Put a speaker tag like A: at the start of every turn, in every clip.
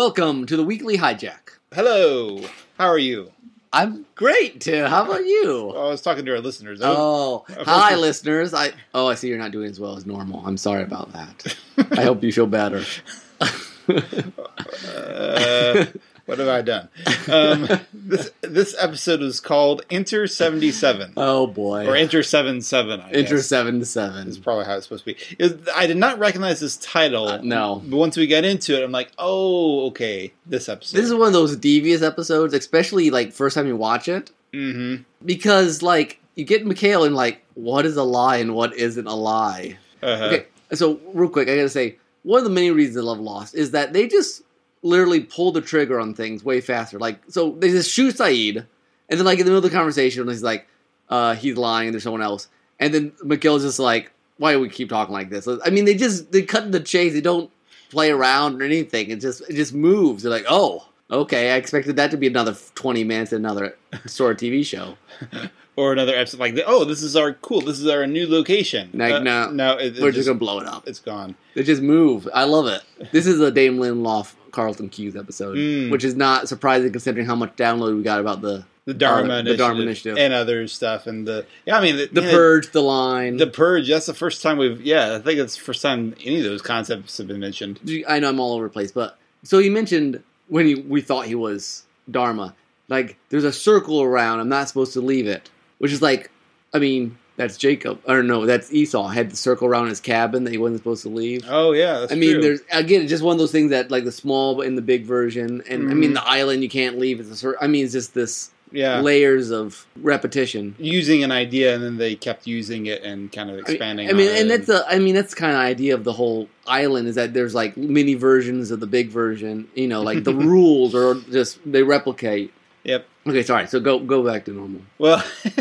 A: Welcome to the weekly hijack.
B: Hello. How are you?
A: I'm great, Tim. How about you?
B: I was talking to our listeners. I was-
A: Oh,
B: course
A: hi,
B: we-
A: listeners. I oh, I see you're not doing as well as normal. I'm sorry about that. I hope you feel better. Oh.
B: uh, what have I done? Um, this this episode is called Enter seventy seven
A: Oh
B: or
A: boy,
B: Enter seven seven. I
A: Inter
B: guess.
A: seven to
B: Is
A: seven.
B: probably how it's supposed to be. It was- I did not recognize this title.
A: Uh, no.
B: But once we got into it, I'm like, oh, okay, this episode.
A: This is one of those devious episodes, especially like first time you watch it,
B: mm-hmm.
A: because like you get Mikhail and like what is a lie and what isn't a lie.
B: Uh-huh.
A: Okay, so real quick, I gotta say, one of the many reasons I love Lost is that they just literally pull the trigger on things way faster. Like, so they just shoot Saeed, and then like in the middle of the conversation, he's like, uh, he's lying, and there's someone else, and then McGill's just like, why do we keep talking like this? I mean, they just they cut to the chase. They don't play around or anything. It just it just moves. They're like, oh. Okay, I expected that to be another 20 minutes, another sort of TV show.
B: Or another episode like, oh, this is our cool. This is our new location. Uh,
A: Like, no.
B: no, it, it
A: We're
B: just-
A: just going to blow it up.
B: it's gone.
A: They just move. I love it. This is a Dame Lindelof Carlton Hughes episode,
B: Mm.
A: which is not surprising considering how much download we got about the
B: The Dharma,
A: Uh, the
B: initiative,
A: Dharma Initiative.
B: and other stuff, and the yeah, I mean,
A: the
B: yeah,
A: purge, the line.
B: The Purge. That's the first time we've. Yeah, I think it's the first time any of those concepts have been mentioned.
A: I know I'm all over the place, but so he mentioned when he, we thought he was Dharma, like there's a circle around. I'm not supposed to leave it, which is like, I mean, that's Jacob or no, that's Esau had the circle around his cabin that he wasn't supposed to leave.
B: Oh yeah, that's
A: I mean,
B: true.
A: there's again, it's just one of those things that like the small and the big version, and I mean
B: Mhm.
A: the island you can't leave. It's a cir- I mean, it's just this
B: yeah
A: layers of repetition.
B: using an idea and then they kept using it and kind of
A: I mean-
B: expanding.
A: I mean,
B: on it
A: and that's the I mean that's the kind of idea of the whole island is that there's like mini versions of the big version. You know, like the rules are just they replicate.
B: Yep.
A: Okay, sorry. So go go back to normal.
B: well,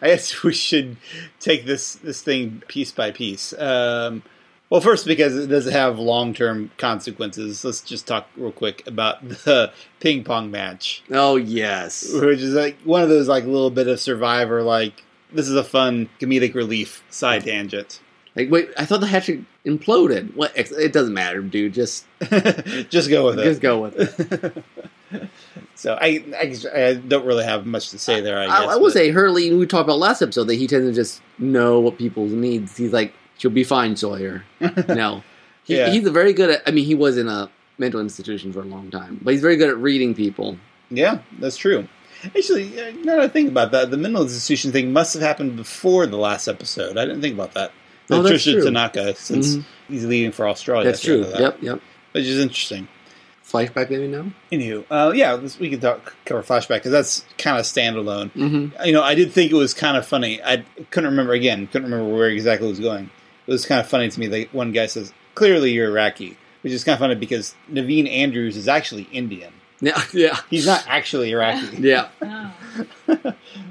B: I guess we should take this this thing piece by piece. Um, well, first because it does have long term consequences. Let's just talk real quick about the ping pong match.
A: Oh yes.
B: which is like one of those like little bit of survivor like this is a fun comedic relief side tangent
A: Like wait, I thought the hatchet imploded. What? ex- It doesn't matter, dude. Just
B: just go with
A: just
B: it
A: go with it.
B: so I, I i don't really have much to say there i
A: I,
B: guess
A: I will
B: but-
A: say Hurley. We talked about last episode that he tends to just know what people needs. He's like, she'll be fine, Sawyer. no, he,
B: Yeah.
A: he's a very good at. I mean, he was in a mental institution for a long time, but he's very good at reading people.
B: yeah that's true actually uh, now that i think about that the mental institution thing must have happened before the last episode i didn't think about that
A: Oh, that's
B: Trisha
A: true.
B: Tanaka, since
A: Mhm.
B: he's leaving for Australia,
A: That's
B: at the end
A: true.
B: of that,
A: Yep, yep.
B: which is interesting.
A: Flashback, maybe now.
B: Anywho, uh, yeah, this, we can talk cover flashback because that's kind of standalone.
A: Mm-hmm.
B: you know, I did think it was kind of funny. I couldn't remember again, couldn't remember where exactly it was going. It was kind of funny to me that one guy says, "Clearly you're Iraqi," which is kind of funny because Naveen Andrews is actually Indian.
A: Yeah, yeah,
B: He's not actually Iraqi.
A: yeah.
C: Oh.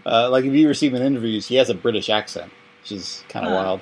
B: Uh, like if you receive an interview, he has a British accent, which is kind of
C: Huh.
B: wild.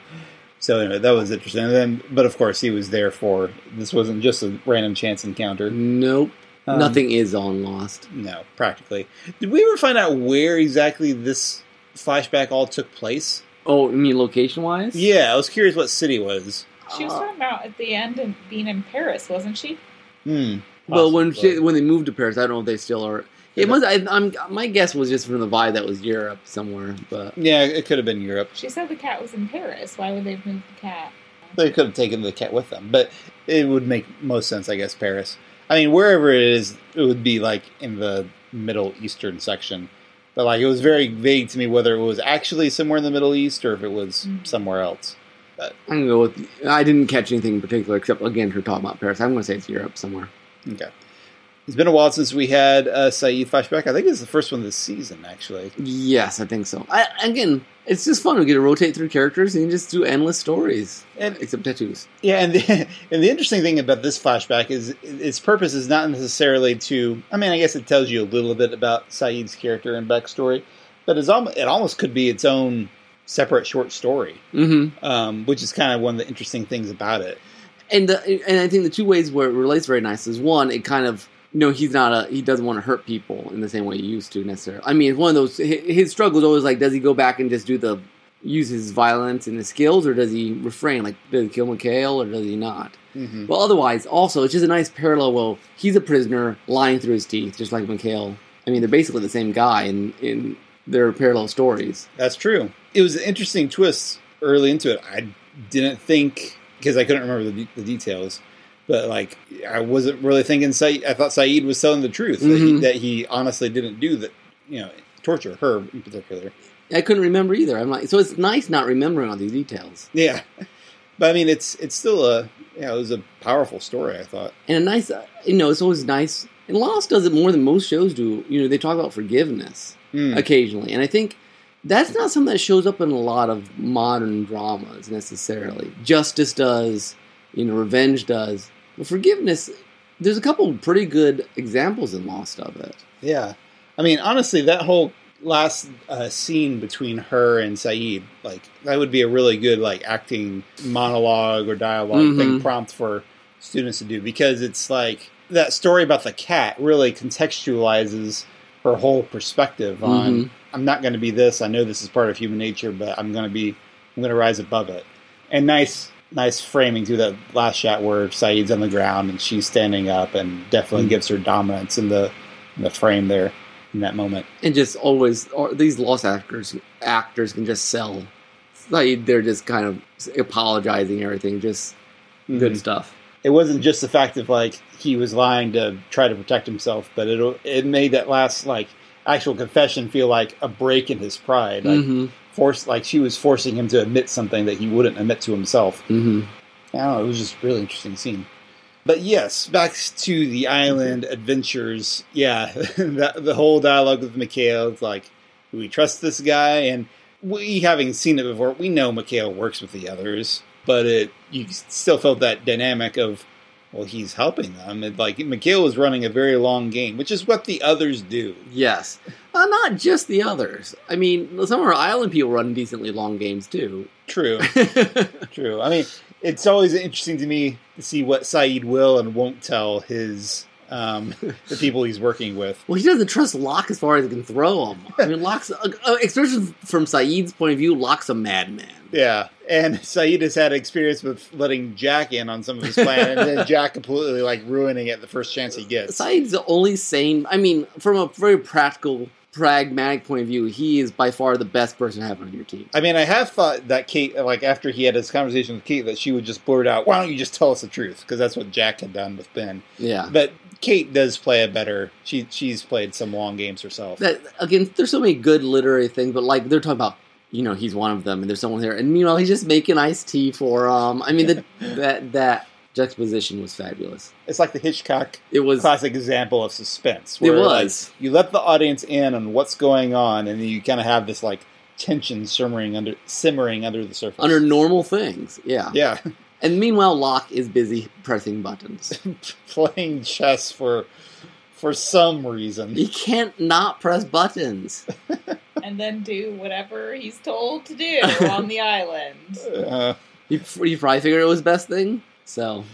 B: So anyway, that was interesting. And then, but of course, he was there for this. wasn't just a random chance encounter.
A: Nope.
B: Um,
A: Nothing is on Lost.
B: No, practically. Did we ever find out where exactly this flashback all took place?
A: Oh, you mean location wise?
B: Yeah, I was curious what city it was.
C: She was
A: Uh,
C: talking about at the end and being in Paris, wasn't she?
B: Hmm.
A: Well, when
B: Possibly.
A: she, when they moved to Paris, I don't know if they still are. It
B: Yeah.
A: must. I, I'm. My guess was just from the vibe that was Europe somewhere, but
B: yeah, it could have been Europe.
C: She said the cat was in Paris. Why would they have moved the cat?
B: They could have taken the cat with them, but it would make most sense, I guess. Paris. I mean, wherever it is, it would be like in the Middle Eastern section. But like, it was very vague to me whether it was actually somewhere in the Middle East or if it was
C: Mm.
B: somewhere else.
A: I'm gonna go with. I didn't catch anything in particular except again her talking about Paris. I'm gonna say it's Europe somewhere.
B: Okay. It's been a while since we had a Saeed flashback. I think it's the first one this season, actually.
A: Yes, I think so. I, again, it's just fun. We get to rotate through characters and you just do endless stories,
B: And
A: except tattoos.
B: Yeah, and the, and the interesting thing about this flashback is its purpose is not necessarily to. I mean, I guess it tells you a little bit about Saeed's character and backstory, but it's almost, it almost could be its own separate short story,
A: Mm-hmm.
B: um, which is kind of one of the interesting things about it.
A: And the, and I think the two ways where it relates very nice is one, it kind of you know he's not a he doesn't want to hurt people in the same way he used to necessarily. I mean, it's one of those hi- his struggle is always like does he go back and just do the use his violence and his skills, or does he refrain? Like, does he kill Mikhail, or does he not?
B: Mm-hmm.
A: Well, otherwise, also, it's just a nice parallel. Well, he's a prisoner lying through his teeth, just like Mikhail. I mean, they're basically the same guy in, in their parallel stories.
B: That's true. It was an interesting twist early into it. I didn't think because I couldn't remember the, de- the details, but like I wasn't really thinking. Said, I thought Saeed was telling the truth that, he,
A: Mhm.
B: that he honestly didn't do that. You know, torture her in particular.
A: I couldn't remember either. I'm like, so it's nice not remembering all these details.
B: Yeah, but I mean, it's it's still a yeah, it was a powerful story. I thought.
A: And a nice, uh, you know, it's always nice. And Lost does it more than most shows do. You know, they talk about forgiveness
B: Mm.
A: occasionally. And I think that's not something that shows up in a lot of modern dramas necessarily. Justice does, you know, revenge does. But forgiveness, there's a couple pretty good examples in Lost of it.
B: Yeah, I mean, honestly, that whole last uh, scene between her and Saeed, like that would be a really good like acting monologue or dialog thing
A: Mhm.
B: prompt for students to do because it's like that story about the cat really contextualizes her whole perspective on
A: Mhm.
B: I'm not going to be this. I know this is part of human nature, but I'm going to be I'm going to rise above it. And nice nice framing through that last shot where Saeed's on the ground and she's standing up and definitely
A: Mm.
B: gives her dominance in the in the frame there in that moment.
A: and just always or these lost actors actors can just sell It's like they're just kind of apologizing everything just good
B: Mhm.
A: stuff
B: It wasn't just the fact of like he was lying to try to protect himself, but it it made that last like actual confession feel like a break in his pride. Like
A: hmm
B: force like she was forcing him to admit something that he wouldn't admit to himself.
A: hmm
B: I don't know. It was just a really interesting scene. But yes, back to the island adventures. Yeah, that, the whole dialogue with Mikhail. It's like, do we trust this guy? And we, having seen it before, we know Mikhail works with the others. But it, you still felt that dynamic of, well, he's helping them. And like Mikhail was running a very long game, which is what the others do.
A: yes uh, not just the others i mean some of our island people run decently long games too
B: True. True. I mean, it's always interesting to me to see what Saeed will and won't tell his um, the people he's working with.
A: well he doesn't trust locke as far as he can throw him i mean locke's uh, uh, especially from saeed's point of view locke's a madman
B: Yeah, and Saeed has had experience with letting Jack in on some of his plan, and then Jack completely like ruining it the first chance he gets.
A: Saeed's the only sane. I mean, from a very practical, pragmatic point of view, he is by far the best person to have on your team.
B: I mean, I have thought that Kate, like after he had his conversation with Kate, that she would just blurt out, "Why don't you just tell us the truth?" Because that's what Jack had done with Ben.
A: Yeah.
B: But Kate does play a better. She she's played some long games herself.
A: That again, there's so many good literary things, but like they're talking about, you know, he's one of them, and there's someone there, and meanwhile he's just making iced tea for um. I mean, that that that juxtaposition was fabulous.
B: It's like the Hitchcock
A: It was.
B: classic example of suspense.
A: It
B: where, like,
A: was.
B: you let the audience in on what's going on, and you kind of have this like tension simmering under simmering under the surface.
A: Under normal things, yeah.
B: yeah.
A: And meanwhile, Locke is busy pressing buttons.
B: playing chess for for some reason.
A: he can't not press buttons.
C: and then do whatever he's told to do on the island.
B: Uh,
A: He, he probably figured it was best thing. So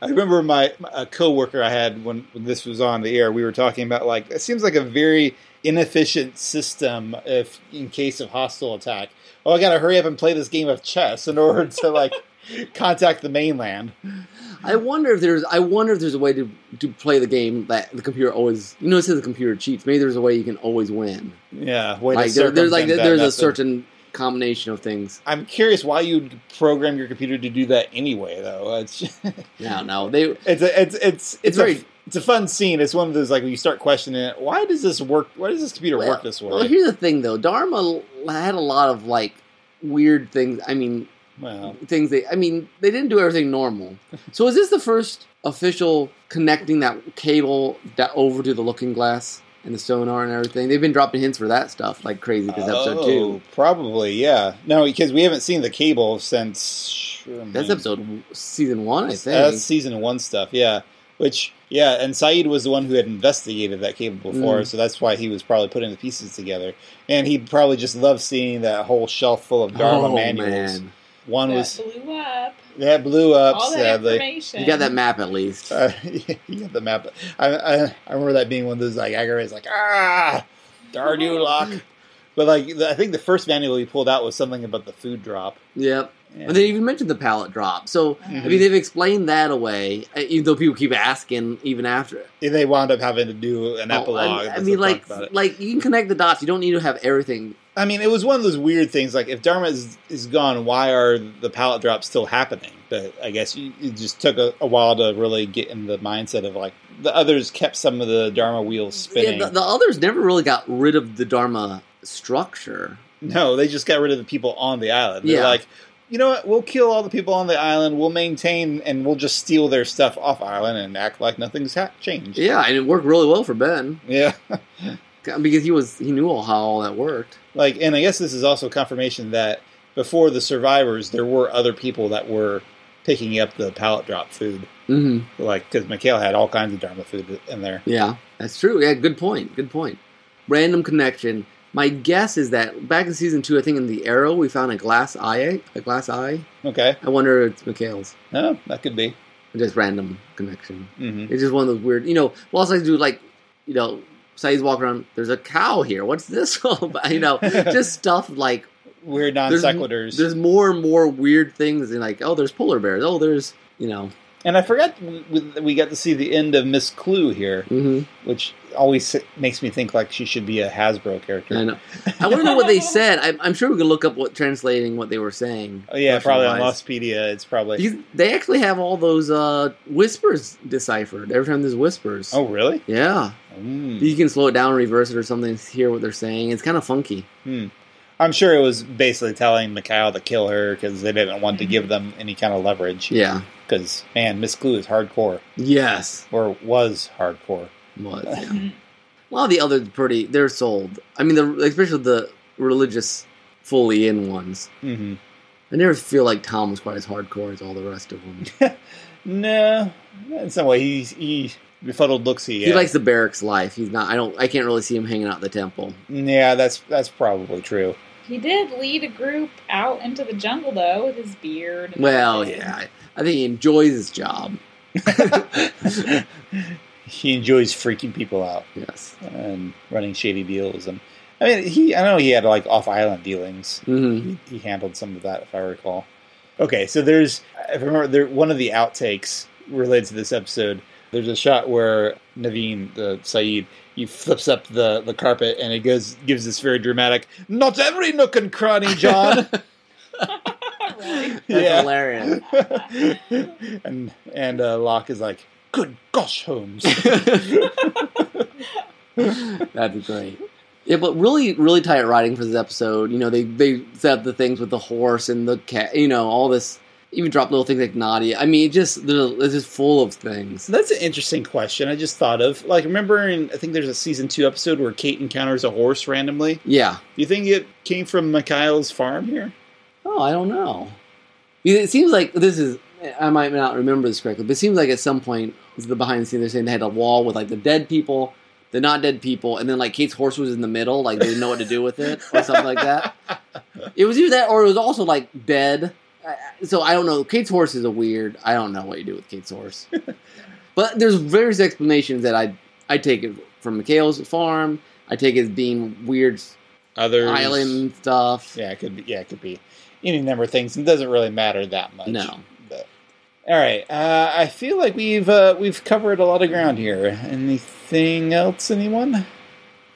B: I remember my a coworker I had when, when this was on the air. We were talking about like it seems like a very inefficient system if in case of hostile attack. Oh, I gotta hurry up and play this game of chess in order to like contact the mainland.
A: I wonder if there's I wonder if there's a way to, to play the game that the computer always you know it says the computer cheats. Maybe there's a way you can always win.
B: Yeah, way
A: like there,
B: to
A: there's like
B: circumvent that
A: there's a
B: method.
A: certain combination of things.
B: I'm curious why you'd program your computer to do that anyway, though. It's
A: No, no, they
B: It's a, it's it's it's, a,
A: very-
B: it's a fun scene. It's one of those like when you start questioning it. Why does this work? Why does this computer
A: Well-
B: work this way?
A: Well, here's the thing though. Dharma l- had a lot of like weird things. I mean,
B: Well,
A: things they I mean, they didn't do everything normal. So is this the first official connecting that cable that over to the looking glass and the sonar and everything? They've been dropping hints for that stuff like crazy because episode 2.
B: oh, probably yeah. No, because we haven't seen the cable since Sherman.
A: That's episode season one, I think.
B: That's season one stuff. Yeah, which yeah, and Saeed was the one who had investigated that cable before,
A: Mm.
B: so that's why he was probably putting the pieces together. And he probably just loved seeing that whole shelf full of Dharma manuals.
A: Oh, man.
B: One
C: That
B: was
C: blew up.
B: that blew up
C: All that
B: sadly.
C: information.
A: You got that map at least.
B: Uh, you got the map. I, I I remember that being one of those like aggravates, like ah, darn you, Locke. But like, the, I think the first manual he pulled out was something about the food drop.
A: Yep.
B: And-
A: And they even mentioned the pallet drop. So, I mean,
B: Mhm.
A: they've explained that away, uh, even though people keep asking even after it.
B: And they wound up having to do an
A: Oh, I-
B: epilogue.
A: I,
B: that's
A: mean,
B: what
A: like,
B: talked about it.
A: like you can connect the dots. You don't need to have everything.
B: I mean, it was one of those weird things. Like, if Dharma is, is gone, why are the pallet drops still happening? But I guess you, it just took a, a while to really get in the mindset of like the others kept some of the Dharma wheels
A: Yeah,
B: spinning.
A: the, the others never really got rid of the Dharma structure.
B: no, they just got rid of the people on the island. They're
A: Yeah.
B: like, you know what? We'll kill all the people on the island. We'll maintain and we'll just steal their stuff off island and act like nothing's ha- changed.
A: Yeah, and it worked really well for Ben
B: yeah.
A: because he was he knew all how all that worked.
B: like and i guess this is also confirmation that before the survivors there were other people that were picking up the pallet drop food
A: hmm
B: like because mikhail had all kinds of dharma food in there
A: Yeah, that's true. Yeah, good point. Good point. Random connection. My guess is that back in season two, I think in the Arrow, we found a glass eye. A glass eye.
B: okay
A: I wonder if it's Mikhail's.
B: no that could be
A: Just random connection.
B: hmm
A: It's just one of those weird. You know, we also like to do like, you know, Saeed's walking around. There's a cow here. What's this all about? You know, just stuff like
B: weird non sequiturs
A: there's more and more weird things. And like, oh, there's polar bears. Oh, there's you know.
B: and i forgot w- w- we got to see the end of miss clue here
A: hmm
B: which always s- makes me think like she should be a hasbro character
A: I know. I want to know what they said. I, I'm sure we could look up what translating what they were saying.
B: oh yeah probably on
A: Russian-wise.
B: lostpedia it's probably
A: These- they actually have all those uh, whispers deciphered every time there's whispers.
B: oh really
A: yeah,
B: Mm.
A: you can slow it down, reverse it, or something, to hear what they're saying. It's kind of funky.
B: I'm sure it was basically telling Mikhail to kill her because they didn't want to give them any kind of leverage.
A: Yeah.
B: Because, man, Miss Clue is hardcore,
A: Yes.
B: or was hardcore.
A: Was. yeah. A lot of the other pretty. They're sold. I mean, the, especially the religious, fully in ones.
B: Mm-hmm.
A: I never feel like Tom was quite as hardcore as all the rest of them.
B: No, in some way, he, he befuddled looks he
A: He
B: had.
A: likes the barracks life. He's not. I don't. I can't really see him hanging out at the temple.
B: Yeah, that's that's probably true.
C: He did lead a group out into the jungle though with his beard. and
A: Well,
C: everything.
A: yeah. I think he enjoys his job.
B: he enjoys freaking people out
A: Yes.
B: and running shady deals. And I mean, he I know he had like off island dealings.
A: hmm
B: he, he handled some of that if I recall. Okay, so there's I remember there one of the outtakes related to this episode. There's a shot where Naveen, the Saeed, he flips up the, the carpet and it goes gives this very dramatic not every nook and cranny, John.
C: Really?
A: That's
B: Yeah.
A: hilarious.
B: and and uh, Locke is like, Good gosh, Holmes.
A: That'd be great. Yeah, but really, really tight writing for this episode. You know, they they set up the things with the horse and the cat. You know, all this. Even drop little things like Nadia. I mean, it just there's- it's just full of things.
B: So that's an interesting question I just thought of. Like remember in I think there's a season two episode where Kate encounters a horse randomly.
A: Yeah.
B: Do you think it came from Mikhail's farm here?
A: Oh, I don't know. It seems like this is. I might not remember this correctly, but it seems like at some point the behind the scenes they're saying they had a wall with like the dead people, the not dead people, and then like Kate's horse was in the middle, like they didn't know what to do with it or something like that. It was either that or it was also like dead. I- I- So I don't know. Kate's horse is a weird. I don't know what you do with Kate's horse, but there's various explanations that I I take it from Mikhail's farm. I take it as being weird
B: Other
A: island stuff.
B: Yeah, it could be. Yeah, it could be any number of things. It doesn't really matter that much.
A: No.
B: But, all right. Uh, I feel like we've uh, we've covered a lot of ground here. Anything else? Anyone?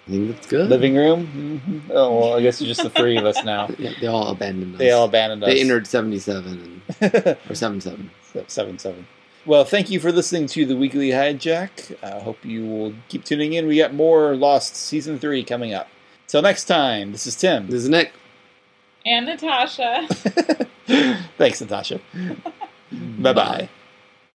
A: I think that's good.
B: Living room? Mhm. Oh well, I guess it's just the three of us now.
A: Yeah, they all abandoned us.
B: They all abandoned us.
A: They entered 77 and, or 77.
B: So, seven seven. Well, thank you for listening to the weekly hijack. I hope you will keep tuning in. We got more Lost season three coming up. Till next time, this is Tim.
A: This is Nick.
C: And Natasha.
B: Thanks, Natasha. Bye bye.